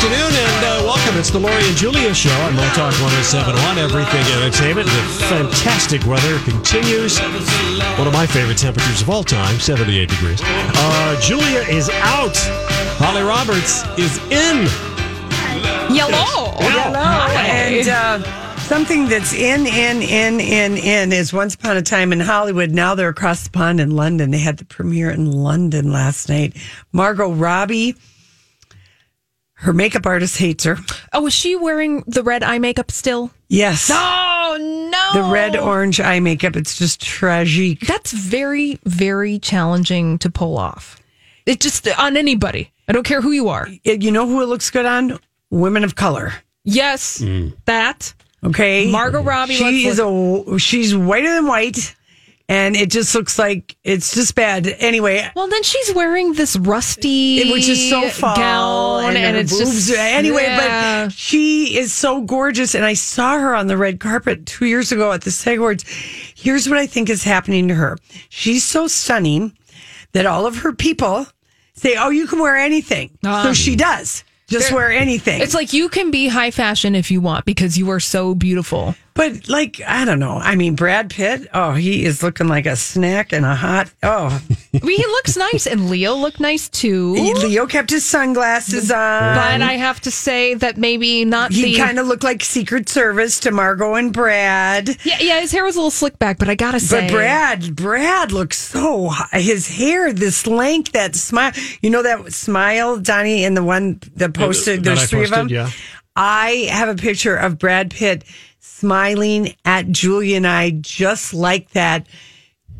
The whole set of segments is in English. Good afternoon and uh, welcome. It's the Lori and Julia show on oh Mo Talk 1071, everything entertainment. The fantastic weather continues. One of my favorite temperatures of all time, 78 degrees. Uh, Julia is out. Holly Roberts is in. Yellow. Yeah. And uh, something that's in, in, in, in, in is Once Upon a Time in Hollywood. Now they're across the pond in London. They had the premiere in London last night. Margot Robbie, her makeup artist hates her. Oh, is she wearing the red eye makeup still? Yes. Oh no. The red orange eye makeup. It's just tragic. That's very very challenging to pull off. It just on anybody. I don't care who you are. It- Uh, you know who it looks good on? Women of color. Yes, that Okay. Margot Robbie. she is looks a she's whiter than white and it just looks like it's just bad anyway well, then she's wearing this rusty, which is so fall E gown, and, her it's boobs- just anyway yeah. but she is so gorgeous and i saw her on the red carpet two years ago at the sag awards here's what i think is happening to her she's so stunning that all of her people say oh you can wear anything so she does just wear anything Uh-huh. it's like you can be high fashion if you want because you are so beautiful. But like, I don't know. I mean, Brad Pitt. Oh, he is looking like a snack and a hot. Oh, I mean, he looks nice, and Leo looked nice too. Leo kept his sunglasses on. but I have to say that maybe not He the kind of looked like Secret Service to Margot and Brad. Yeah, yeah, his hair was a little slick back, but I gotta say, But Brad, Brad looks so hot. his hair, this length, that smile. You know that smile, Donnie, and the one that posted. that there's I three of them. posted, yeah. I have a picture of Brad Pitt smiling at Julie and I, just like that,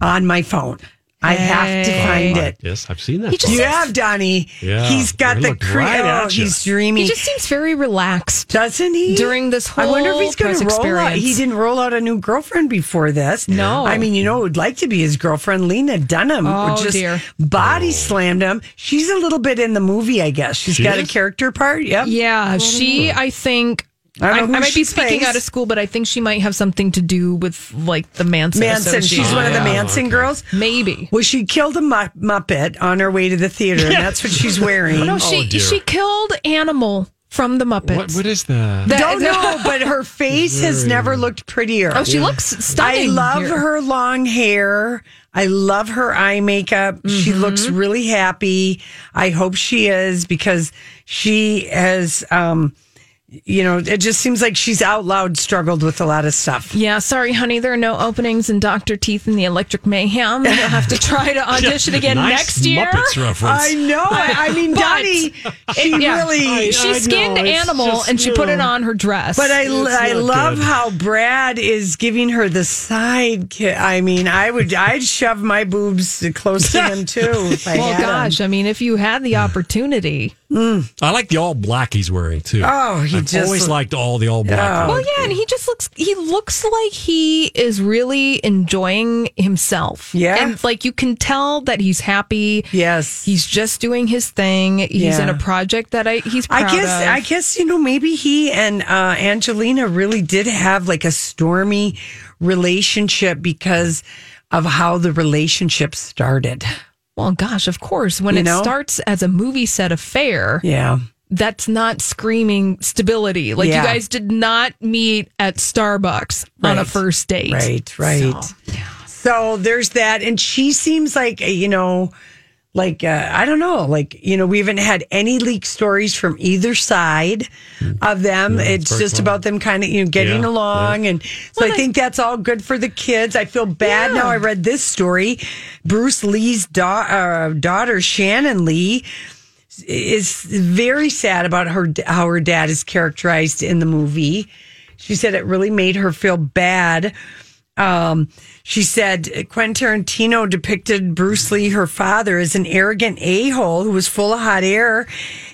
on my phone. I have to find it. Yes, I've seen that. He just- You have Donnie. Oh Yeah, he's got he the looked cre- right oh, at ya. he's dreamy. he just seems very relaxed. Doesn't he? During this I wonder if whole he's going to press roll out. experience. He didn't roll out a new girlfriend before this. No. I mean, you know, who would like to be his girlfriend, Lena Dunham. who Oh, just dear. Body slammed him. She's a little bit in the movie, I guess. Oh. She's She got is? a character part. Yep. Yeah, she. I think. I don't I, know who I might she be speaking plays. out of school, but I think she might have something to do with like the Manson. Manson. She's Association. one of the Yeah. Manson girls. Maybe. Well, she killed a mu- Muppet on her way to the theater, and that's what she's wearing. No, she dear. she killed animal from the Muppets. what, what is that? That- Don't know, but her face has never looked prettier. Oh, she looks I stunning. love here. her long hair. I love her eye makeup. She looks really happy. I hope she is because she has, um, you know, it just seems like she's out loud struggled with a lot of stuff. Yeah, sorry, honey. There are no openings in Doctor Teeth and the Electric Mayhem. You'll have to try to audition again Nice next year. Muppets reference. I know. I, I mean, But- Dottie, she Yeah. really. she I skinned know, it's animal just- and she put it on her dress. uh, But I, I not love good. how Brad is giving her the side kick. I mean, I would, I'd shove my boobs close to him too. If I well, had 'em. gosh, I mean, if you had the opportunity, I like the all black he's wearing too. Oh, he I've just always look- liked all the all black. Yeah. look. well, yeah, and he just looks—he looks like he is really enjoying himself. Yeah. and like you can tell that he's happy. Yes. he's just doing his thing. He's Yeah. in a project that I—he's. I guess I guess you know maybe he and uh, Angelina really did have like a stormy relationship because of how the relationship started. well, gosh, of course, when You it know? starts as a movie set affair, Yeah. that's not screaming stability. Like Yeah. you guys did not meet at Starbucks on a Right. first date. Right, right. So, So there's that and she seems like you know like uh, I don't know, like you know, we haven't had any leak stories from either side of them. it's very just smart. about them kind of you know getting Yeah, along, and so I think that's all good for the kids. I feel bad now. I read this story: Bruce Lee's da- uh, daughter Shannon Lee is very sad about her how her dad is characterized in the movie. She said it really made her feel bad. Um, she said Quentin Tarantino depicted Bruce Lee, her father, as an arrogant a hole who was full of hot air,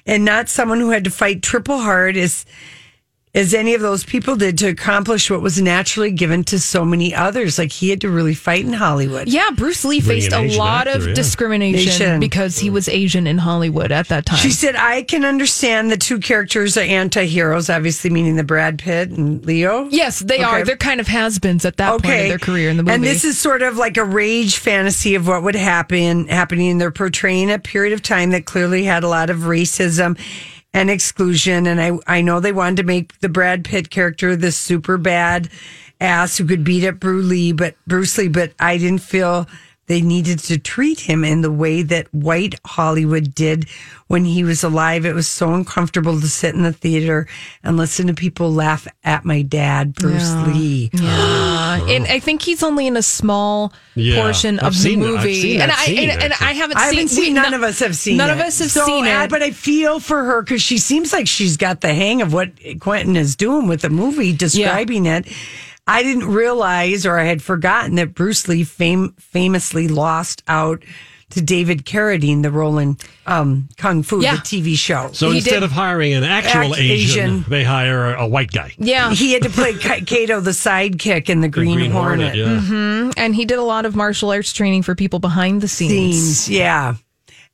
and not someone who had to fight triple hard as as any of those people did to accomplish what was naturally given to so many others. Like he had to really fight in Hollywood. Yeah, Bruce Lee Bringing faced a Asian lot actor, of yeah. discrimination Asian. because he was Asian in Hollywood at that time. She said, I can understand the two characters are anti heroes, obviously meaning the Brad Pitt and Leo. yes, they Okay. are. They're kind of has-beens at that point of their career in the movie. And this is sort of like a rage fantasy of what would happen happening. They're portraying a period of time that clearly had a lot of racism and exclusion. And I, I know they wanted to make the Brad Pitt character this super bad ass who could beat up Bruce Lee, but Bruce Lee, but I didn't feel they needed to treat him in the way that white Hollywood did when he was alive. It was so uncomfortable to sit in the theater and listen to people laugh at my dad, Bruce Lee. Yeah. and I think he's only in a small Yeah. portion I've of the seen that. I've movie. seen and that I scene, and, and I haven't I haven't seen, seen. we- none of us have seen. None it. of us have So, seen uh, it. But I feel for her because she seems like she's got the hang of what Quentin is doing with the movie, describing it. I didn't realize, or I had forgotten that Bruce Lee fame, famously lost out to David Carradine, the role in um, Kung Fu, Yeah. the TV show. So He instead did- of hiring an actual Asian, Act- Asian. they hire a white guy. yeah, he had to play Ka- Kato, the sidekick in the The Green, Hornet. yeah. and he did a lot of martial arts training for people behind the scenes. scenes. Yeah.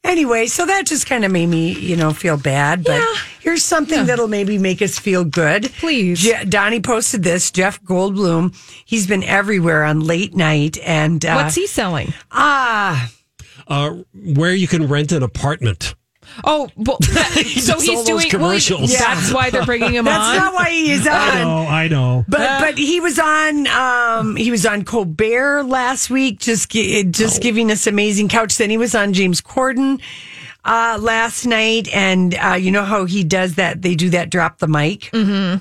Anyway, so that just kind of made me, you know, feel bad. But Yeah. here's something that'll maybe make us feel good. Please. Je- Donnie posted this. Jeff Goldblum. He's been everywhere on late night, and uh, What's he selling? ah, Uh, where you can rent an apartment. Oh, well, that- so does all he's those doing Well, commercials. he- That's why they're bringing him that's on. not why he's on. I know. But Uh, but he was on um he was on Colbert last week, just gi- just Oh. giving us amazing couch. Then he was on James Corden uh, last night, and uh, you know how he does that? They do that drop the mic. Mm-hmm.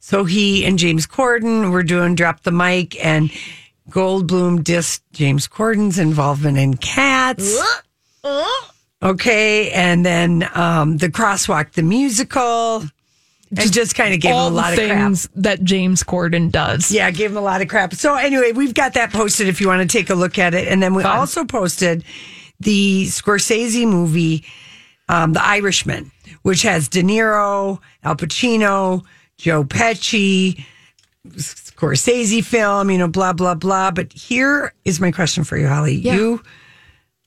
So he and James Corden were doing drop the mic, and Goldblum dissed James Corden's involvement in Cats. Uh, Okay, and then um, the crosswalk, the musical, and just kind of gave him a All the lot of crap. things that James Corden does. Yeah, gave him a lot of crap. So anyway, we've got that posted if you want to take a look at it. And then we also posted the Scorsese movie, um, The Irishman, which has De Niro, Al Pacino, Joe Pesci, Scorsese film, you know, blah, blah, blah. But here is my question for you, Holly. You,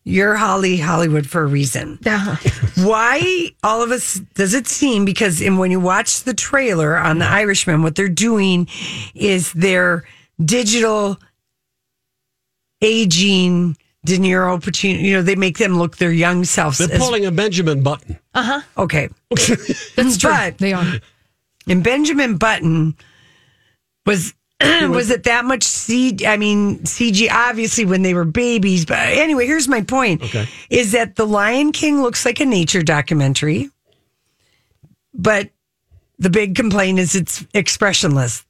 you're Holly Hollywood for a reason Uh-huh. why all of us does it seem because in, when you watch the trailer on the irishman what they're doing is their digital aging de niro pacino you know they make them look their young selves They're as- pulling a Benjamin Button. okay That's true. But- they are. and benjamin button was was it that much C? I mean CG? Obviously, when they were babies. But anyway, here's my point: Okay. is that the Lion King looks like a nature documentary, but the big complaint is it's expressionless.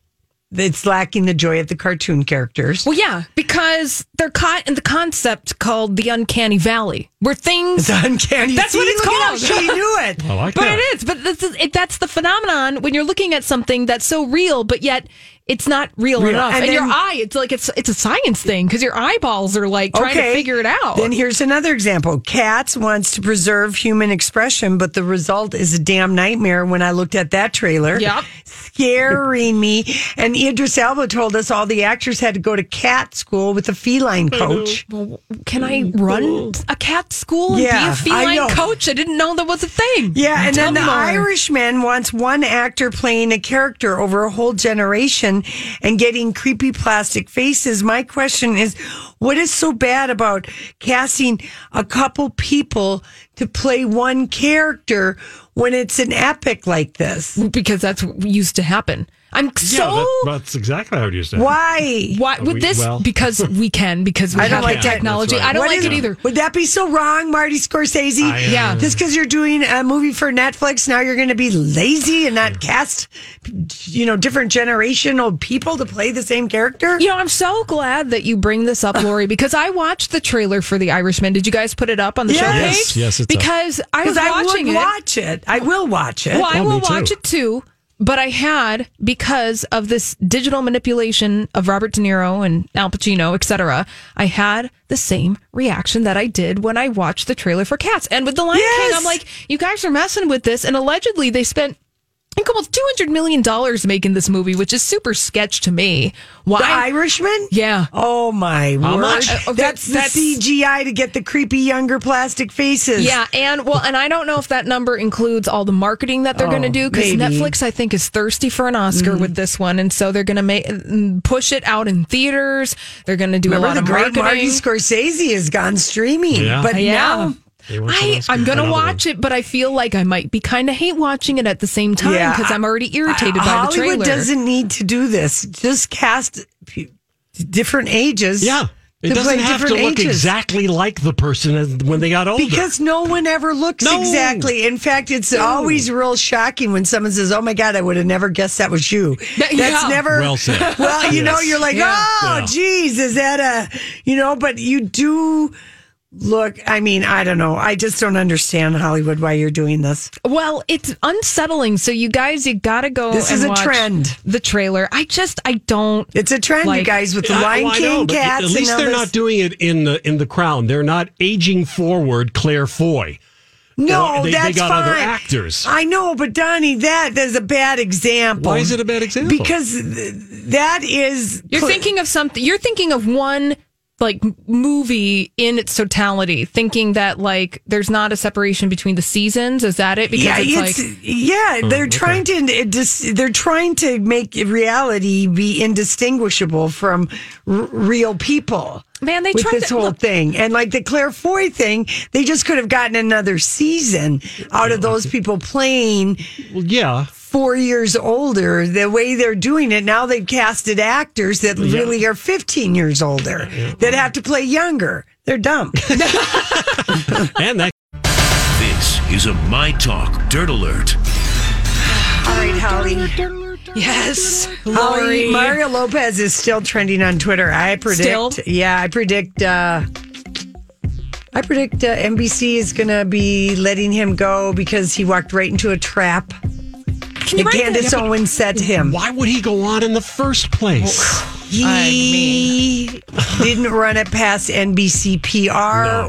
It's lacking the joy of the cartoon characters. Well, yeah, because they're caught in the concept called the uncanny valley, where things It's uncanny. That's what it's look at how called. She knew it. I like But that. it is. But this is, it, that's the phenomenon when you're looking at something that's so real, but yet it's not real, Real. enough. And And, your then- eye, it's like it's it's a science thing because your eyeballs are like trying to figure it out. Then here's another example. Cats wants to preserve human expression, but the result is a damn nightmare when I looked at that trailer. Yep. Scaring me. And Idris Elba told us all the actors had to go to cat school with a feline Mm-hmm. coach. Well, Can I run a cat school and Yeah, be I a feline know. coach? I didn't know that was a thing. Yeah, and Tell then the me more. Irishman wants one actor playing a character over a whole generation and getting creepy plastic faces. My question is, what is so bad about casting a couple people to play one character when it's an epic like this? because that's what used to happen. I'm so that- that's exactly how I would use that. Why? why Are with we- this well- because we can because we I don't have like the that. technology. That's right. I don't What like is- it either. Would that be so wrong, Marty Scorsese? I, uh, Yeah. Just because you're doing a movie for Netflix, now you're going to be lazy and not cast, you know, different generational people to play the same character? You know, I'm so glad that you bring this up, Lori, because I watched the trailer for The Irishman. Did you guys put it up on the show Yes. Yes, page? yes, it's up. because I was Because I watching would it. watch it. I will watch it. Well, I Oh, me will too. watch it too. But I had because of this digital manipulation of Robert De Niro and Al Pacino, etc. I had the same reaction that I did when I watched the trailer for Cats. And with The Lion Yes. King, I'm like, you guys are messing with this. And allegedly, they spent I think almost two hundred million dollars making this movie, which is super sketch to me. Why? The Irishman? Yeah. Oh my word. much? Uh, okay, that's the that's- CGI to get the creepy younger plastic faces. Yeah, and well, and I don't know if that number includes all the marketing that they're going to do because Oh, maybe. Mm-hmm. Netflix, I think, is thirsty for an Oscar with this one, and so they're going to make push it out in theaters. They're going to do Remember a lot the of great marketing. Marty Scorsese has gone streaming. Yeah. But yeah. now They want someone I, else I'm going to another watch it, but I feel like I might be kind of hate watching it at the same time Yeah, because I'm already irritated by the Hollywood trailer. doesn't need to do this. Just cast p- different ages. Yeah. It to doesn't play have to different look ages. exactly like the person as- when they got older. Because no one ever looks No. exactly. In fact, it's always real shocking when someone says, "Oh my God, I would have never guessed that was you." That- That's yeah. never Well said. Well, you know, Yes. you're like, Yeah. "Oh, Yeah. geez, is that a you know?" But you do look. I mean, I don't know. I just don't understand Hollywood why you're doing this. Well, it's unsettling. So you guys, you gotta go. This and is a watch trend. The trailer. I just, I don't. It's a trend, you Like- guys, with the I- Lion well, oh, I King know, but cats. At and least all they're this- not doing it in the in the crown. They're not aging forward Claire Foy. No, Well, they- they that's got fine. other actors. I know, but Donnie, that is a bad example. Why is it a bad example? Because th- that is You're cl- thinking of something. You're thinking of one like m- movie in its totality, thinking that like there's not a separation between the seasons. Is that it? Because Yeah, it's, it's, like yeah. Oh, They're trying to it dis, they're trying to make reality be indistinguishable from r- real people. Man, they with tried this to- whole look- thing, and like the Claire Foy thing, they just could have gotten another season out of those people playing Well, yeah. four years older the way they're doing it now they've casted actors that really are 15 years older that have to play younger they're dumb And that This is a My Talk Dirt Alert. all right holly yes, Holly, Lori. mario lopez is still trending on twitter i predict Still? yeah i predict uh i predict uh, nbc is gonna be letting him go because he walked right into a trap Can you that write that? candace owens set him why would he go on in the first place? I he didn't run it past NBC PR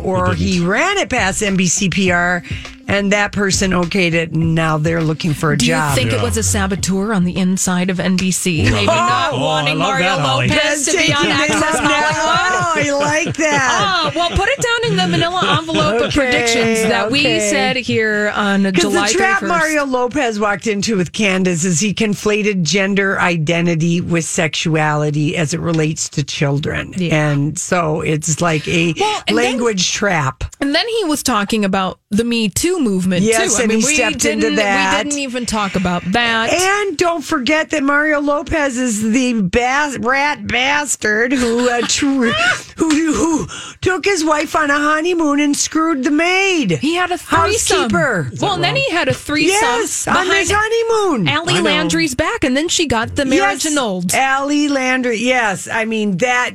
No, he or didn't. he, ran it past NBC PR and that person okayed it and now they're looking for a Do you job. think it was a saboteur on the inside of NBC? Maybe not Oh, wanting I love Mario that, Holly. Lopez to be on Taking things Access up now. Hollywood. Oh, I like that. Oh, well, put it down in the manila envelope of Okay, predictions that we okay. said here on Because July the trap 31st. Mario Lopez walked into with Candace is he conflated gender identity with sexuality as it relates to children. And so it's like a Well, and then- language trap. And then he was talking about the Me Too movement Yes, too. and he stepped into didn't- that. We didn't even talk about that. And don't forget that Mario Lopez is the bas- rat bastard who, uh, tr- who who took his wife on a honeymoon and screwed the maid. he had a threesome. housekeeper. Well, and then he had a threesome Yes, on his behind honeymoon. Allie Landry's back, and then she got the marriage annulled. Allie Landry. Yes, I mean that.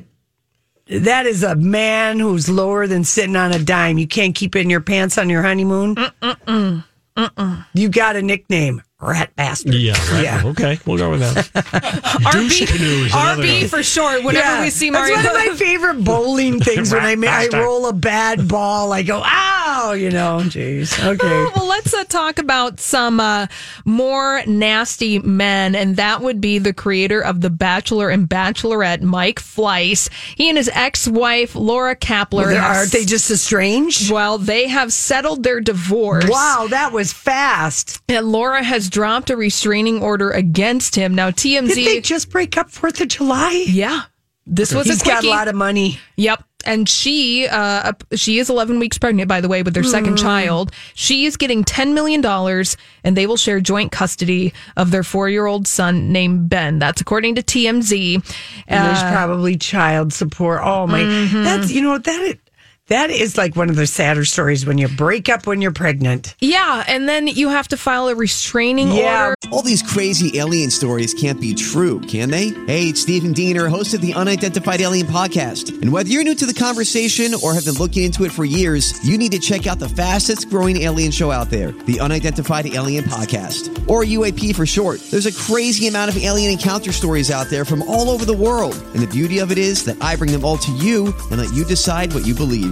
That is a man who's lower than sitting on a dime. You can't keep it in your pants on your honeymoon. Mm-mm-mm. Mm-mm. You got a nickname, rat bastard. Yeah, right. Yeah. Okay, we'll go with that. RB, canoe is another RB one. for short. Whenever Yeah. we see Mario, That's one of my favorite bowling things when I, ma- I Rat-bastard. roll a bad ball. I go, ow, you know, jeez. Oh, Okay. well, let's uh, talk about some uh, more nasty men, and that would be the creator of The Bachelor and Bachelorette, Mike Fleiss. He and his ex-wife Laura Kapler. There- have aren't they just estranged? Well, they have settled their divorce. Wow, that was fast. And Laura has dropped a restraining order against him. Now, TMZ. Did they just break up Fourth of July? yeah. This was He's a got quickie. a lot of money. yep. and she uh she is 11 weeks pregnant by the way with their second Hmm. child she is getting 10 million dollars and they will share joint custody of their 4-year-old son named Ben that's according to TMZ And there's probably child support. Oh my, Mm-hmm. that's you know that it, that is like one of the sadder stories when you break up when you're pregnant. yeah and then you have to file a restraining Yeah. order All these crazy alien stories can't be true, can they? Hey, it's Stephen Diener, host of the Unidentified Alien Podcast. And whether you're new to the conversation or have been looking into it for years, you need to check out the fastest growing alien show out there, the Unidentified Alien Podcast, or UAP for short. There's a crazy amount of alien encounter stories out there from all over the world. And the beauty of it is that I bring them all to you and let you decide what you believe.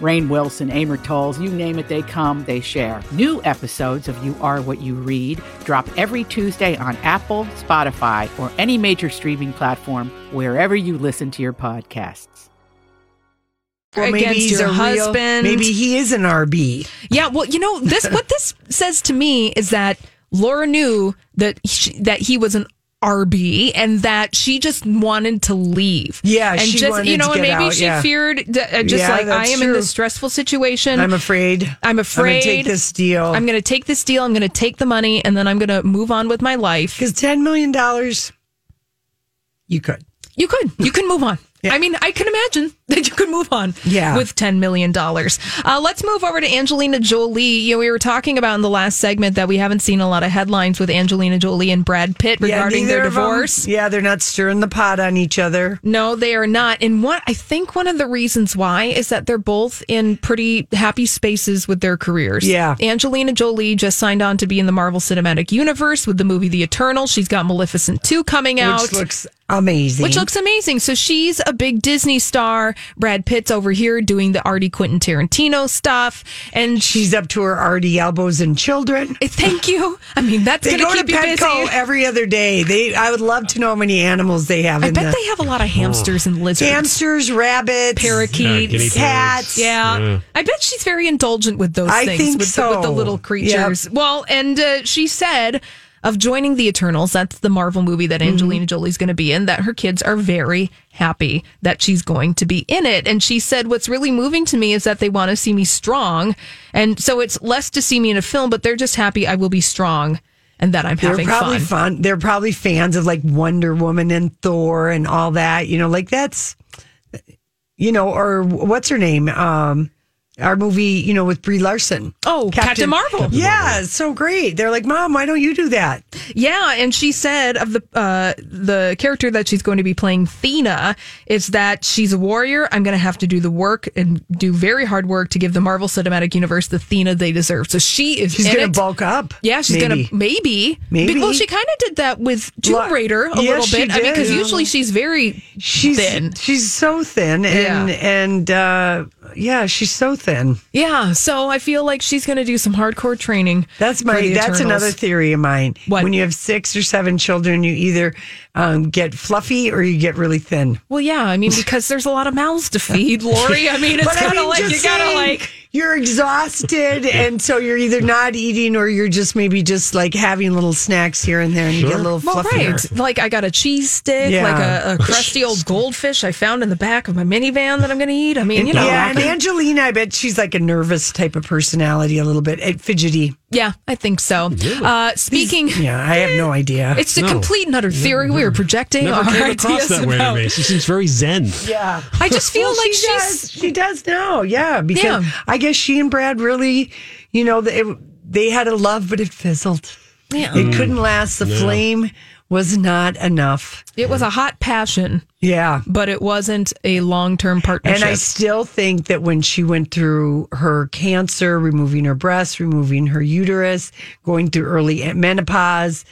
Rain Wilson, Amor Tolls, you name it, they come, they share. New episodes of You Are What You Read drop every Tuesday on Apple, Spotify, or any major streaming platform wherever you listen to your podcasts. against your real- husband maybe he is an RB. Yeah, well, you know this. What this says to me is that Laura knew that she, that he was an RB and that she just wanted to leave. Yeah, and she just wanted you to know, and get maybe out, she yeah. feared that, uh, just Yeah, like I that's am in true. this stressful situation. I'm afraid. I'm I'm gonna afraid. take this deal. I'm going to take this deal. I'm going to take the money, and then I'm going to move on with my life. Because ten million dollars, you could. You could, you can move on. I mean, I can imagine that you could move on Yeah. with $10 million. Uh, let's move over to Angelina Jolie. You know, we were talking about in the last segment that we haven't seen a lot of headlines with Angelina Jolie and Brad Pitt regarding neither their of 'em- divorce. yeah, they're not stirring the pot on each other. No, they are not. And what I think one of the reasons why is that they're both in pretty happy spaces with their careers. Yeah. Angelina Jolie just signed on to be in the Marvel Cinematic Universe with the movie The Eternal. She's got Maleficent 2 coming out. Which looks amazing. Which looks amazing. So she's a big Disney star. Brad Pitt's over here doing the arty Quentin Tarantino stuff. And she, she's up to her already elbows in children. thank you. I mean, that's They going to go to keep you busy. Petco every other day. They, I would love to know how many animals they have I in bet the they have a lot of hamsters and lizards. hamsters, rabbits, guinea pigs. Parakeets. cats. Yeah. I bet she's very indulgent with those I things think with, the, with the so. little creatures. Well, and uh, she said of joining the Eternals, that's the Marvel movie that Mm-hmm. Angelina Jolie's going to be in, that her kids are very happy that she's going to be in it. And she said, What's really moving to me is that they want to see me strong. And so it's less to see me in a film, but they're just happy I will be strong and that I'm They're having probably fun. fun. They're probably fans of like Wonder Woman and Thor and all that. You know, like that's, you know, or what's her name? Um, our movie, you know, with Brie Larson. Oh, Captain, Marvel. Yeah, it's so great. They're like, Mom, why don't you do that? Yeah, and she said of the uh, the character that she's going to be playing, Thena, is that she's a warrior. I'm going to have to do the work and do very hard work to give the Marvel Cinematic Universe the Thena they deserve. So she is. She's in going it. to bulk up. Yeah, she's maybe. gonna maybe Maybe. Well, she kind of did that with Tomb Lo- Raider a Yes, little she bit. I mean, did. because usually she's very She's thin. She's so thin, and Yeah. and uh, yeah, she's so thin. yeah. So I feel like she's going to do some hardcore training. That's for my. the That's Eternals. another theory of mine. What? When you have six or seven children, you either um, get fluffy or you get really thin. Well, yeah. I mean, because there's a lot of mouths to feed, Lori. I mean, it's But I kind of mean, like just you gotta saying, like you're exhausted, and so you're either not eating or you're just maybe just like having little snacks here and there, and you get a little Well, fluffier. right. Like I got a cheese stick, Yeah. like a, a crusty old goldfish I found in the back of my minivan that I'm going to eat. I mean, you know, yeah, and Angelina, I bet she's like a nervous type of personality, a little bit eh, fidgety. yeah, I think so. Uh, speaking, Yeah, I have no idea. it's a No. complete and utter theory. We were projecting Never our came across ideas that way to about. me. She seems very zen. yeah. I just feel Well, like she she's. does. she does now, yeah. Because Yeah. I guess she and Brad really, you know, they, they had a love, but it fizzled. Mm. Yeah. It couldn't last. The flame was not enough. It was a hot passion, Yeah. but it wasn't a long term partnership. And I still think that when she went through her cancer, removing her breast, removing her uterus, going through early menopause,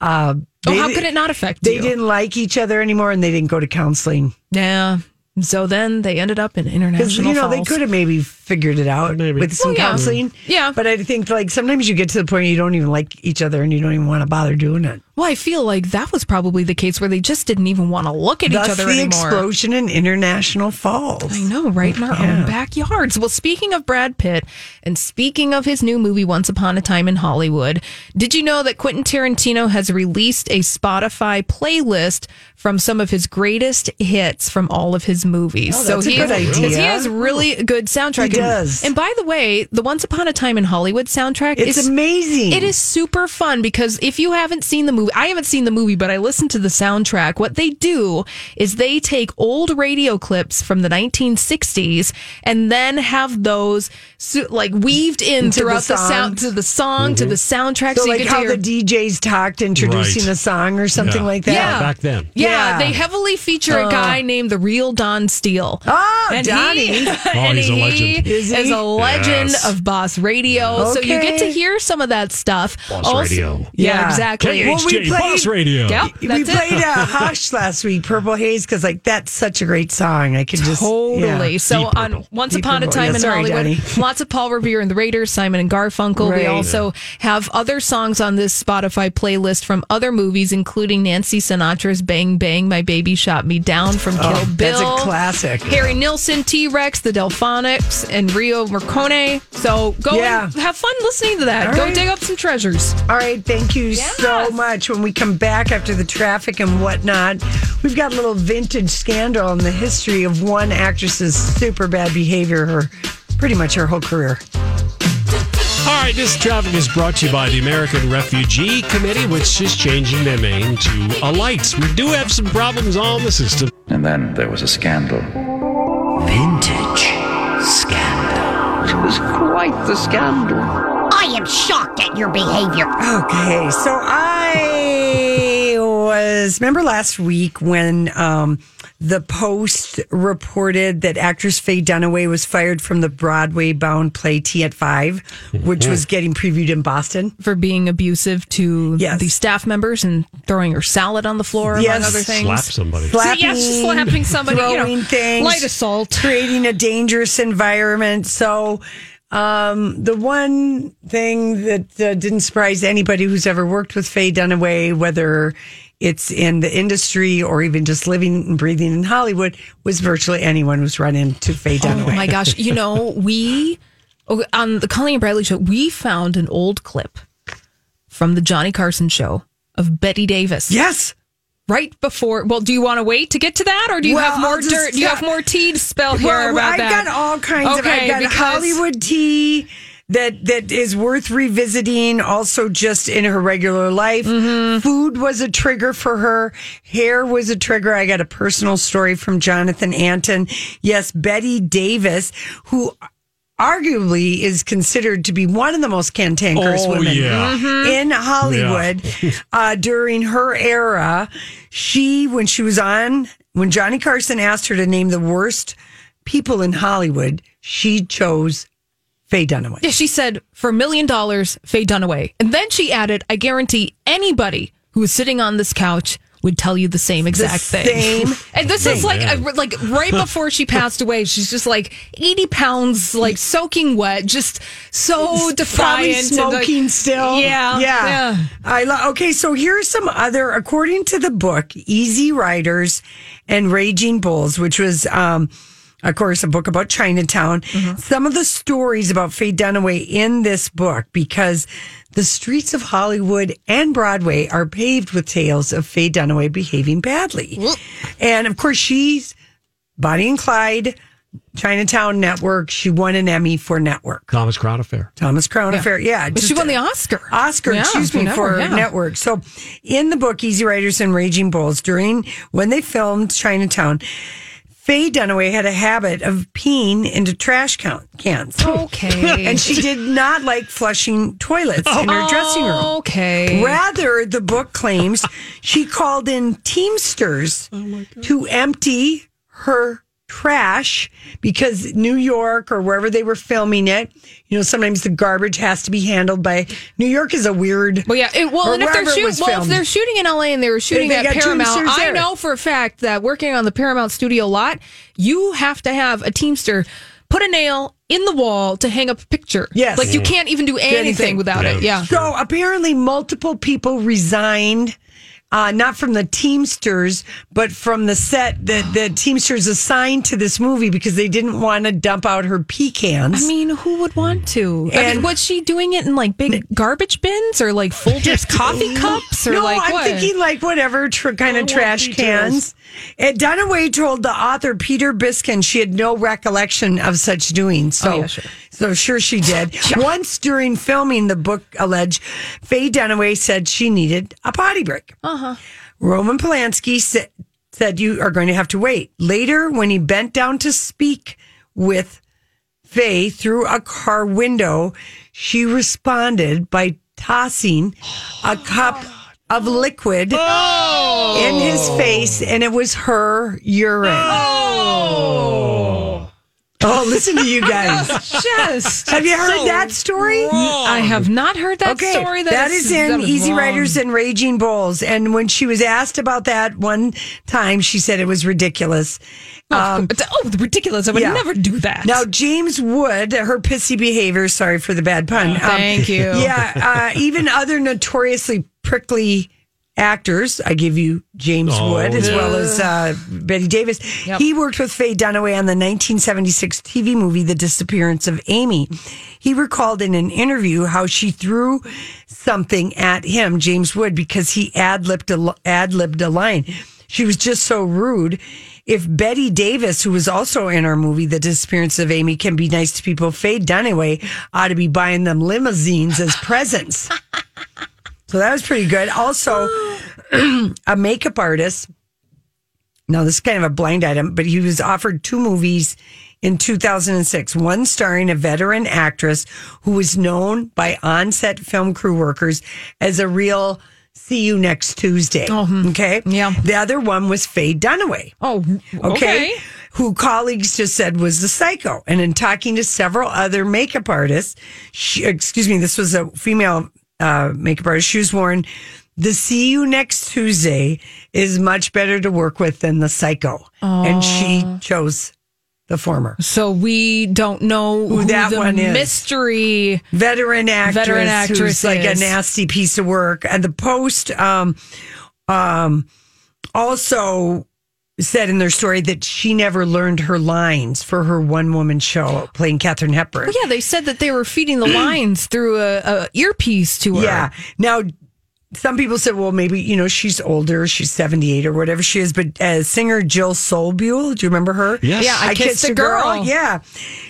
uh, oh, they- how could it not affect They you? didn't like each other anymore, and they didn't go to counseling Yeah. So then they ended up in because international. you know they falls. could have maybe figured it out Maybe. with some Well, yeah. counseling. Yeah. But I think like sometimes you get to the point you don't even like each other and you don't even want to bother doing it. Well, I feel like that was probably the case where they just didn't even want to look at Thus each other the anymore. explosion in international falls. I know, right in our own backyards. Well, speaking of Brad Pitt and speaking of his new movie, Once Upon a Time in Hollywood, did you know that Quentin Tarantino has released a Spotify playlist from some of his greatest hits from all of his movies? Oh, so that's a he, good has, idea. he has really good soundtrack. He And- does. And, by the way, the Once Upon a Time in Hollywood soundtrack It's is amazing. it is super fun because if you haven't seen the movie, I haven't seen the movie, but I listened to the soundtrack. What they do is they take old radio clips from the 1960s and then have those su- like weaved in Into the throughout the, sound songs. to the song to the Mm-hmm. soundtrack. So, you like can how the hear- DJs talked introducing Right. a song or something Yeah. like that. Yeah. Back then. yeah, yeah. Uh-huh. they heavily feature a guy named the real Don Steele. Oh, And Donnie. He, and Oh, he's a legend. He Is is, he? a legend Yes. of Boss Radio. So you get to Okay. hear some of that stuff. Boss Radio. Yeah, Yeah. exactly. Well, we KHJ Boss played- Radio. Yep. we That's it. played uh, Hush last week, Purple Haze, because like that's such a great song. I could just Totally. yeah. So Deep on Purple. Once Deep Upon a Purple. Time Yeah, in sorry, Hollywood, Donnie. lots of Paul Revere and the Raiders, Simon and Garfunkel. We Right. also have other songs on this Spotify playlist from other movies, including Nancy Sinatra's "Bang Bang," "My Baby Shot Me Down" from Kill Bill. Oh, that's a classic. Harry Nilsson, T Rex, the Delphonics, and Rio Morcone. So go Yeah. and have fun listening to that. All go right. dig up some treasures. All right, thank you so Yes. much. When we come back after the traffic and whatnot, we've got a little vintage scandal in the history of one actress's super bad behavior, her pretty much her whole career. All right, this traffic is brought to you by the American Refugee Committee, which is changing their name to Alights. We do have some problems on the system. And then there was a scandal. Vintage scandal. It was quite the scandal. I am shocked at your behavior. Okay, so I was remember last week when um, the Post reported that actress Faye Dunaway was fired from the Broadway-bound play Tea at 5 which was getting previewed in Boston. For being abusive to Yes. the staff members and throwing her salad on the floor, among Yes. other things. Slap somebody. So, yes, slapping somebody, you know, throwing things, light assault. creating a dangerous environment. So, um, the one thing that uh, didn't surprise anybody who's ever worked with Faye Dunaway, whether it's in the industry or even just living and breathing in Hollywood, was virtually anyone who's run into Faye Dunaway. Oh my gosh. You know, we, oh, on the Colleen and Bradley show, we found an old clip from the Johnny Carson show of Betty Davis. yes. Right before. Well, do you want to wait to get to that or do you Well, have more I'll just- dirt? Do you yeah. have more tea to spell here Well, about I've that? got all kinds of. I've got because- Hollywood tea that that is worth revisiting. Also, just in her regular life, Mm-hmm. food was a trigger for her. Hair was a trigger. I got a personal story from Jonathan Anton. Yes, Betty Davis, who. Arguably is considered to be one of the most cantankerous Oh, women yeah. in Hollywood uh, during her era. She, when she was on, when Johnny Carson asked her to name the worst people in Hollywood, she chose Faye Dunaway. Yeah, she said, for a million dollars, Faye Dunaway. And then she added, I guarantee anybody who is sitting on this couch would tell you the same exact thing. same and this is like a, like right before she passed away, she's just like 80 pounds, like soaking wet, just so Probably Oh, defiant. and, like- smoking still. Yeah. yeah. I love. Okay, so here's some other, according to the book, Easy Riders and Raging Bulls, which was, um, of course, a book about Chinatown. Mm-hmm. Some of the stories about Faye Dunaway in this book, because the streets of Hollywood and Broadway are paved with tales of Faye Dunaway behaving badly, and of course, she's Bonnie and Clyde. Chinatown Network. She won an Emmy for Network. Thomas Crown Affair. Thomas Crown Affair. Yeah, But she just- won the Oscar. Oscar, Yeah, excuse me, whatever, for yeah. network. So in the book, Easy Riders and Raging Bulls, during when they filmed Chinatown, Faye Dunaway had a habit of peeing into trash count, cans. Oh, Okay. And she did not like flushing toilets in her dressing room. Oh, Okay. Rather, the book claims she called in Teamsters Oh to empty her trash because New York or wherever they were filming it, you know, sometimes the garbage has to be handled by New York is a weird. Well, yeah. It, well, or and if they're, wherever it shoot, was well if filmed. they're shooting in LA and they were shooting They at got Paramount, Teamsters I there. know for a fact that working on the Paramount studio lot, you have to have a Teamster put a nail in the wall to hang up a picture. Yes. Like you can't even do anything, Anything. without it. Yeah. So apparently, multiple people resigned. Uh, not from the Teamsters, but from the set that the Teamsters assigned to this movie because they didn't want to dump out her pecans. I mean, who would want to? I mean, And- was she doing it in like big garbage bins or like Folgers coffee cups or no, like I'm what? thinking like whatever tr- kind Oh, of trash cans. And Dunaway told the author Peter Biskin she had no recollection of such doing. So, Oh, yeah, sure. so sure she did. Once during filming, the book alleged Faye Dunaway said she needed a potty break. uh-huh. Roman Polanski sa- said, You are going to have to wait. Later, when he bent down to speak with Faye through a car window, she responded by tossing a cup of liquid Oh. in his face, and it was her urine. Oh, listen to you guys. Just Have you heard that story? I have not heard that okay, story. that is in that was Easy wrong. Riders and Raging Bulls. And when she was asked about that one time, she said it was ridiculous. Oh, it's- oh, ridiculous! I would um, yeah. never do that. Now, um, James Wood, her pissy behavior, sorry for the bad pun. um, thank you. Yeah, uh, even other notoriously prickly actors, I give you James Oh, Wood as yeah. well as uh, Betty Davis. He worked with Faye Dunaway on the 1976 TV movie The Disappearance of Amy. He recalled in an interview how she threw something at him, James Wood, because he ad-libbed a, li- ad-libbed a line. She was just so rude. If Betty Davis, who was also in our movie, The Disappearance of Amy, can be nice to people, Faye Dunaway ought to be buying them limousines as presents. So that was pretty good. Also, a makeup artist. Now, this is kind of a blind item, but he was offered two movies in 2006, one starring a veteran actress who was known by on-set film crew workers as a real see you next Tuesday. Okay. Yeah. The other one was Faye Dunaway Oh, okay. okay, who colleagues just said was the psycho. And in talking to several other makeup artists, she, excuse me, this was a female uh, makeup artist. She was warned, "The see you next Tuesday is much better to work with than the psycho," and she chose the former. So we don't know who, that the one is. mystery. veteran actress, Veteran actress who's like a is. nasty piece of work. And the post um, um, also said in their story that she never learned her lines for her one woman show playing Katherine Hepburn. Yeah, they said that they were feeding the lines through a, a earpiece to her. Yeah. Now, some people said, well, maybe, you know, she's older, she's 78 or whatever she is, but uh, singer Jill Solbuel, do you remember her? Yes. Yeah, I Kissed a Girl. Yeah.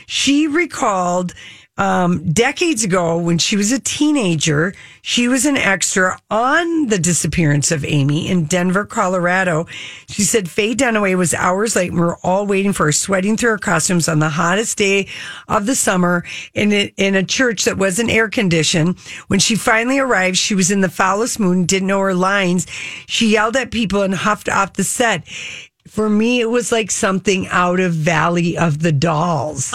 She recalled um, decades ago when she was a teenager, she was an extra on the disappearance of Amy in Denver, Colorado. She said Faye Dunaway was hours late and we were all waiting for her, sweating through her costumes on the hottest day of the summer in a, in a church that wasn't air conditioned. When she finally arrived, she was in the foulest mood, didn't know her lines. She yelled at people and huffed off the set. For me, it was like something out of Valley of the Dolls.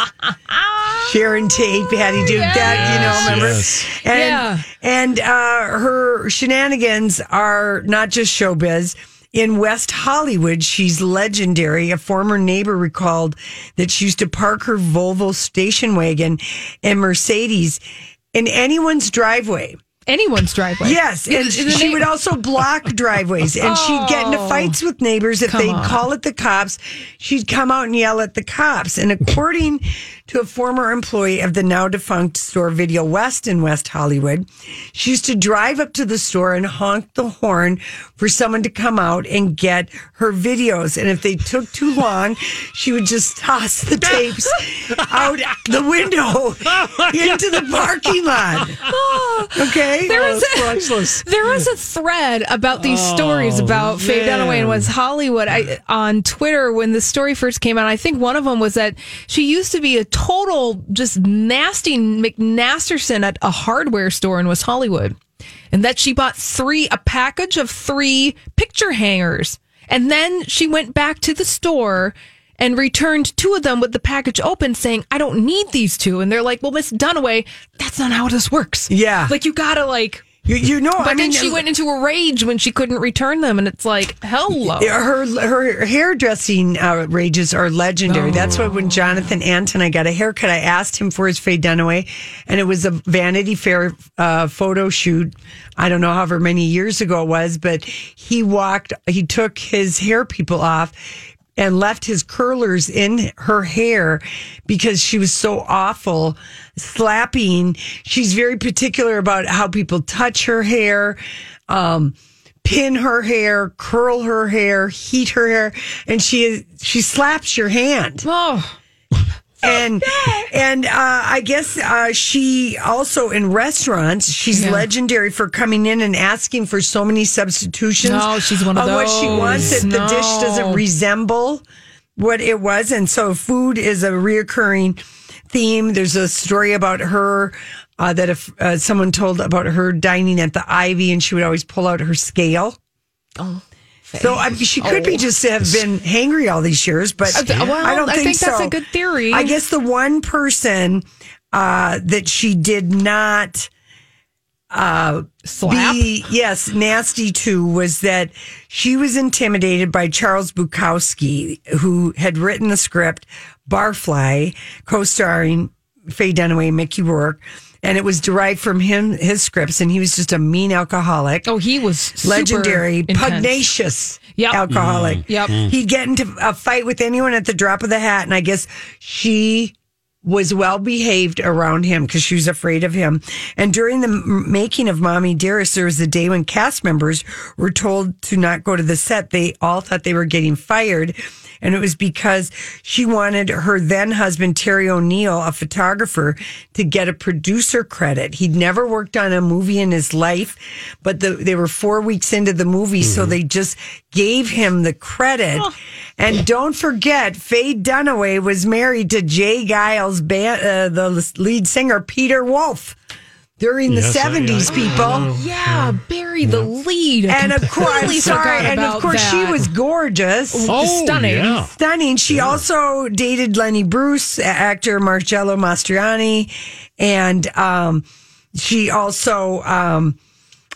Sharon Tate, Patty Duke, that, you know, remember? Yes, And, Yeah. and uh, her shenanigans are not just showbiz. In West Hollywood, she's legendary. A former neighbor recalled that she used to park her Volvo station wagon and Mercedes in anyone's driveway. Anyone's driveway. Yes, and the- the she na- would Oh. also block driveways, and she'd get into fights with neighbors if they'd call at the cops. She'd come out and yell at the cops. And according to a former employee of the now defunct store Video West in West Hollywood, she used to drive up to the store and honk the horn for someone to come out and get her videos. And if they took too long, she would just toss the tapes out the window into the parking lot. Oh, Okay. Oh, There was, That's priceless. a, there was a thread about these stories about Faye Dunaway and West Hollywood I, on Twitter when the story first came out. I think one of them was that she used to be a total just nasty McNasterson at a hardware store in West Hollywood, and that she bought three a package of three picture hangers, and then she went back to the store. And returned two of them with the package open, saying, "I don't need these two. And they're like, "Well, Miss Dunaway, that's not how this works." Yeah. like you gotta like You, you know, But I then mean, she went into a rage when she couldn't return them, and it's like, hello. her her hairdressing outrages are legendary. That's why when Jonathan Anton I got a haircut, I asked him for his Faye Dunaway, and it was a Vanity Fair uh, photo shoot. I don't know however many years ago it was, but he walked. He took his hair people off. And left his curlers in her hair because she was so awful slapping. She's very particular about how people touch her hair. Um, pin her hair, curl her hair, heat her hair, and she is she slaps your hand. Oh. And and uh, I guess uh, she also in restaurants she's Yeah. legendary for coming in and asking for so many substitutions. No, she's one of what she those. wants that the dish doesn't No. resemble what it was, and so food is a reoccurring theme. There's a story about her uh, that if uh, someone told about her dining at the Ivy, and she would always pull out her scale. Oh. So I mean, she could be Oh. just have been hangry all these years, but Uh, th- well, I don't I think, think that's so. a good theory. I guess the one person uh, that she did not Slap. be yes nasty to was that she was intimidated by Charles Bukowski, who had written the script Barfly, co-starring Faye Dunaway and Mickey Rourke, and it was derived from him his scripts, and he was just a mean alcoholic oh, he was super legendary, intense. pugnacious Yep. alcoholic. Yep. Mm. He'd get into a fight with anyone at the drop of the hat. And I guess she was well behaved around him because she was afraid of him. And during the m- making of Mommy Dearest, there was a day when cast members were told to not go to the set. They all thought they were getting fired. And it was because she wanted her then husband, Terry O'Neill, a photographer, to get a producer credit. He'd never worked on a movie in his life, but the, they were four weeks into the movie, so they just gave him the credit. And don't forget, Faye Dunaway was married to Jay Giles, band, uh, the lead singer, Peter Wolf. During Yes, the I- I- 70s, I people. know. Yeah, Barry the lead. I And of course, completely I'm sorry, forgot and of about course, that. she was gorgeous Oh, Stunning. yeah. stunning. She also dated Lenny Bruce, a- actor Marcello Mastroianni, and um, she also um,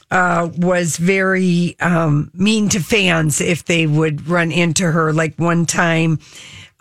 uh, was very um, mean to fans if they would run into her. Like one time,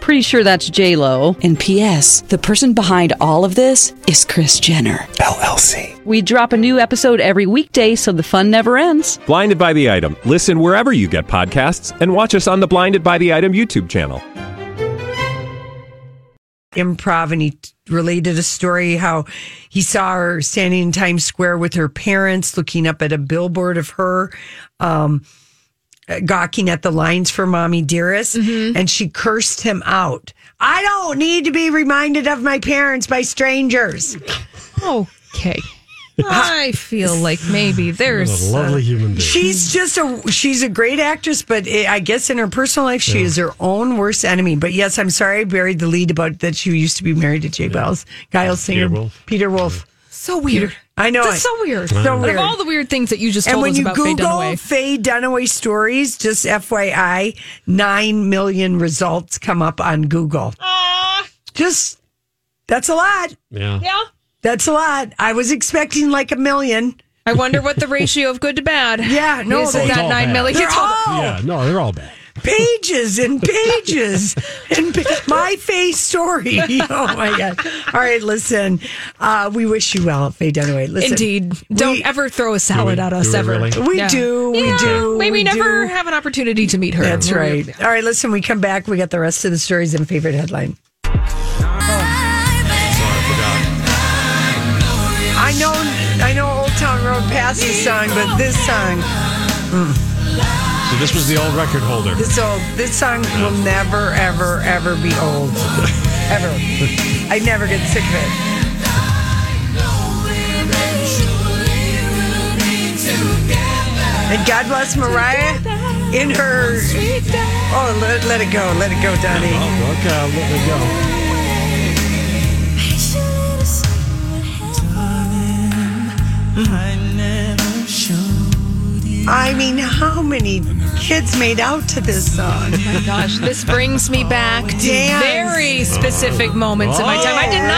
Pretty sure that's J Lo. And P.S. The person behind all of this is Chris Jenner LLC. We drop a new episode every weekday, so the fun never ends. Blinded by the item. Listen wherever you get podcasts, and watch us on the Blinded by the Item YouTube channel. improv and he t- related a story how he saw her standing in Times Square with her parents looking up at a billboard of her um gawking at the lines for mommy dearest and she cursed him out i don't need to be reminded of my parents by strangers Okay. I feel like maybe there's. What a lovely uh, human being. she's just a she's a great actress but i i guess in her personal life she is her own worst enemy but yes i'm sorry i buried the lead about that she used to be married to jay Giles, giles singer Wolfe. peter wolf so weird. i know That's it. so weird. So Out weird. of all the weird things that you just And told when us you about Faye Google Dunaway. Faye Dunaway stories, just FYI, 9 million results come up on Google. Just, that's a lot. yeah. yeah. That's a lot. I was expecting like a million. I wonder what the ratio of good to bad. Yeah, no, is they- that It's all nine bad. million? They're It's all- all Yeah, no, they're all bad. pages and pages and pa- my face story. Oh my God. All right, listen. Uh, we wish you well, Faye Dunaway. Listen, Indeed. Don't ever throw a salad Do we- at us do we ever. really? We Yeah. do. We Yeah, do. Maybe we never do. have an opportunity to meet her. That's right. All right, listen, we come back. We got the rest of the stories and favorite headline. I know, I know, Old Town Road passed this song, but this song, So this was the old record holder. this old, this song will never, ever, ever be old, ever. I never get sick of it. And God bless Mariah in her. Oh, let, let it Oh, go, let it go, Donnie. Okay, I'll let me go. I mean, how many kids made out to this song? Oh my gosh, this brings me back to Dance. very specific moments in my time. I did not,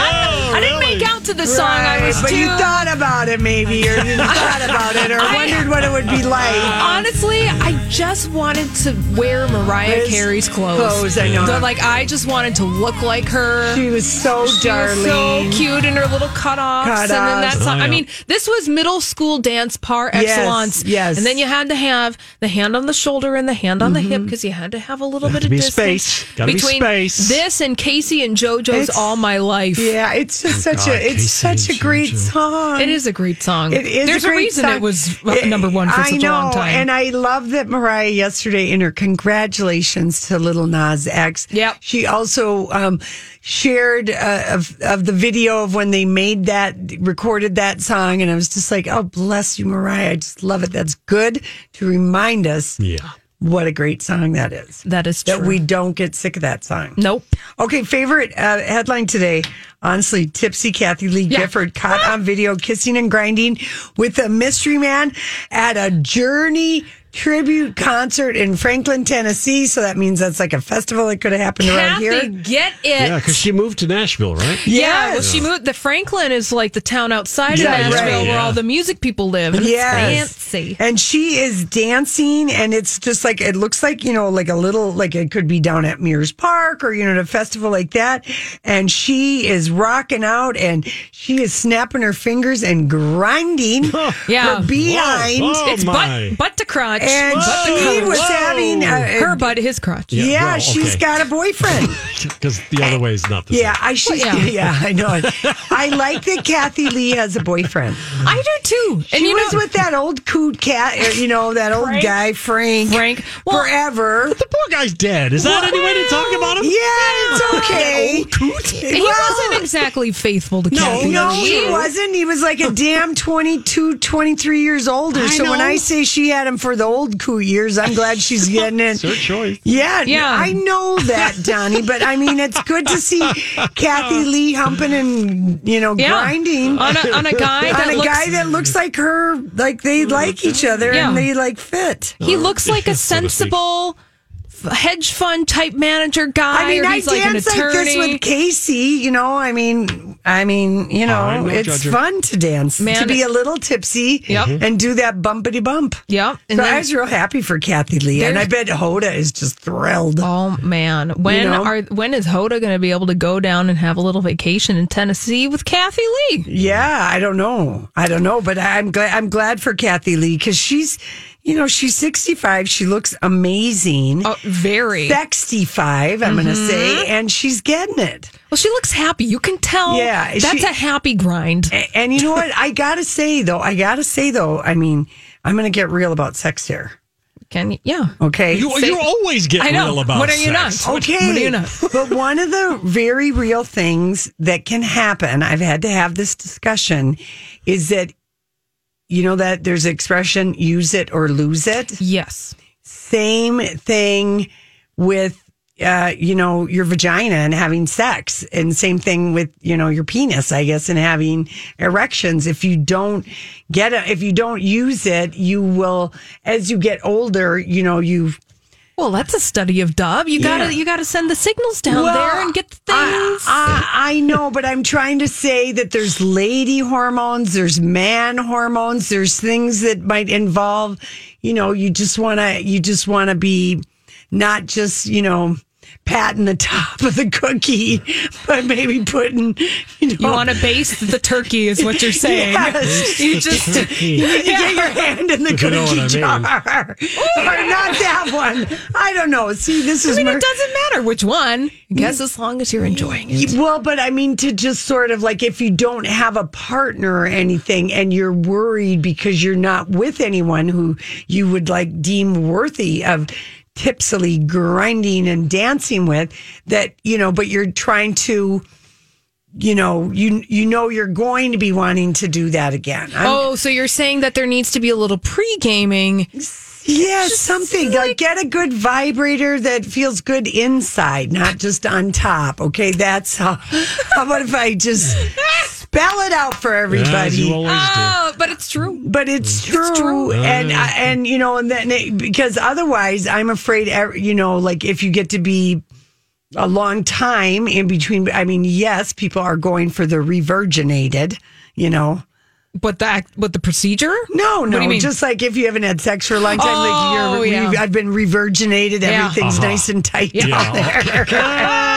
I didn't make out to this song. I was but too. you thought about it maybe, or you thought about it, or I- Uh, wondered what it would be like. Honestly, I just wanted to wear Mariah Liz Carey's clothes. clothes, I know. They're like I just wanted to look like her. She was so She was darling. so cute in her little cutoffs, and then Cutoffs. that's. Oh, I yeah. mean, this was middle school dance par Yes, excellence. yes. And then you had to have the hand on the shoulder and the hand on the hip Mm-hmm. because you had to have a little bit Had to of be distance space. Gotta be between space. this and Casey and JoJo's It's- all my life. Yeah, it's just such God, a it's Casey such a and great Jojo. song. It is a great song. It is There's a, a, great reason song. it was uh, number one for I such know, a long time. And I love that Mariah yesterday in her congratulations to Little Nas X. Yep. She also um, shared uh, of, of the video of when they made that, recorded that song. And I was just like, oh, bless you, Mariah. I just love it. That's good to remind us Yeah. what a great song that is. that is true. That we don't get sick of that song. nope. Okay, favorite uh, headline today. Honestly, tipsy Kathy Lee Yeah. Ah! Gifford caught on video kissing and grinding with a mystery man at a Journey tribute concert in Franklin, Tennessee. So that means that's like a festival that could have happened around Kathy, here. get it. Yeah, because she moved to Nashville, right? Yeah, well, Yes. she moved. The Franklin is like the town outside Yeah, of Nashville right. where Yeah. all the music people live. And Yes. It's fancy. And she is dancing, and it's just like it looks like you know, like a little like it could be down at Mears Park or you know, at a festival like that. And she is rocking out, and she is snapping her fingers and grinding Yeah. her behind. Whoa, whoa. It's Oh, my. butt, butt to crotch. And butt to she crotch. was Whoa. having a, a- Her butt, his crotch. Yeah, well, okay. she's got a boyfriend. Because the other way is not the yeah, same. I should. Well, Yeah. Oh, yeah. I know. it. I like that Kathy Lee has a boyfriend. I do too. She you was know, with that old coot cat, or, you know, that old Frank? guy Frank, Frank. Well, forever. The poor guy's dead. Is that any way to talk about him? Yeah, it's okay. Old coot. he Well- wasn't exactly faithful to oh, No, Kathy. no, Lee. he wasn't. He was like a damn 22, 23 years older. I so when know. I say she had him for the old coot years, I'm glad she's getting It's it. her choice. Yeah, n- Yeah. I know that, Donnie, but I mean, it's good to see Kathy Lee humping and, you know, Oh. Yeah. grinding on a, on a guy that on a looks, Mm-hmm. guy that looks like her, like they like each other Yeah. and they like fit. He looks like a So to speak. sensible f- hedge fund type manager guy. I mean, or I he's like an dance like this attorney. with Casey. You know, I mean, I mean, you I'm know, no it's judger. fun to dance, Man, to be a little tipsy, Yep. and do that bumpity bump. Yep. so I was real happy for Kathy Lee, and I bet Hoda is just thrilled. Oh man, when know? are when is Hoda going to be able to go down and have a little vacation in Tennessee with Kathy Lee? Yeah, I don't know, I don't know, but I'm glad. I'm glad for Kathy Lee because she's, you know, she's 65. She looks amazing. Oh, very. Mm-hmm. 65, I'm going to say, and she's getting it. well, she looks happy. You can tell. Yeah, that's she- a happy grind. A- And you know what? I gotta say though, I gotta say though, I mean, I'm gonna get real about sex here. Can you? Yeah. Okay. You, you always get I know. real about What are you sex. not? okay. what do you know? but one of the very real things that can happen, I've had to have this discussion, is that you know that there's an expression use it or lose it. Yes. Same thing with uh, you know, your vagina and having sex and same thing with, you know, your penis, I guess, and having erections. If you don't get it, if you don't use it, you will, as you get older, you know, you Well, that's a study of Dove. You gotta Yeah. you gotta send the signals down Well, there and get the things. I, I, I know, but I'm trying to say that there's lady hormones, there's man hormones, there's things that might involve, you know, you just want to, you just want to be not just, you know, patting the top of the cookie, but maybe putting, you know, you want to base the turkey, is what you're saying. oh. Yes. You just You need to get your hand in the You cookie know what I mean. jar, or not that one. I don't know. See, this I is mean, mer- Mm. it doesn't matter which one. I guess as long as you're enjoying it. Well, but I mean, to just sort of like if you don't have a partner or anything and you're worried because you're not with anyone who you would like deem worthy of tipsily grinding and dancing with, that, you know, but you're trying to. You know, you you know you're going to be wanting to do that again. I'm- Oh, so you're saying that there needs to be a little pre gaming. yeah, something like, get a good vibrator that feels good inside, not just on top. Okay, that's how. How about if I just spell it out for everybody. As you always do. Oh, but it's true. But it's true, and I and you know, and then it, because otherwise, I'm afraid, ev- you know, like if you get to be a long time in between. I mean, yes, people are going for the revirginated, you know. But the act, but the procedure? No, no. do you mean? Just like if you haven't had sex for a long time, Oh, like you're, yeah. re- I've been revirginated. Yeah. Everything's Uh-huh. nice and tight Yeah. down there.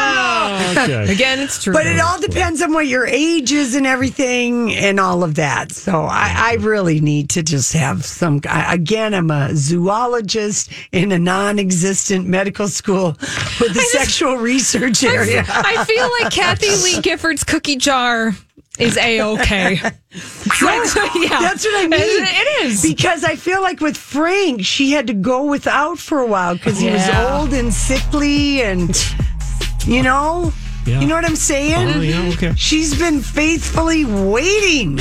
Okay. Ah. Again, it's true. But it all depends on what your age is and everything and all of that. So I, I really need to just have some. I, again, I'm a zoologist in a non existent medical school with a sexual research area. I feel like Kathy Lee Gifford's cookie jar is a okay. That's, yeah. That's what I mean. It is. Because I feel like with Frank, she had to go without for a while because he Yeah. was old and sickly and, you know, Yeah. you know what I'm saying? Oh, yeah, okay. She's been faithfully waiting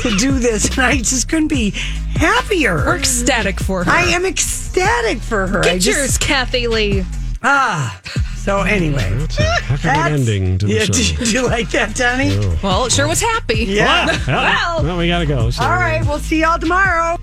to do this, and I just couldn't be We're happier. ecstatic for her. I am ecstatic for her. I Get just- yours, Kathy Lee. ah. So anyway, That's a heck of an that's- ending to the yeah, show. did, you like that, Donnie? Well, it sure was happy. Yeah. Ah, well, Well. well, we gotta go. so- All right, we'll see y'all tomorrow.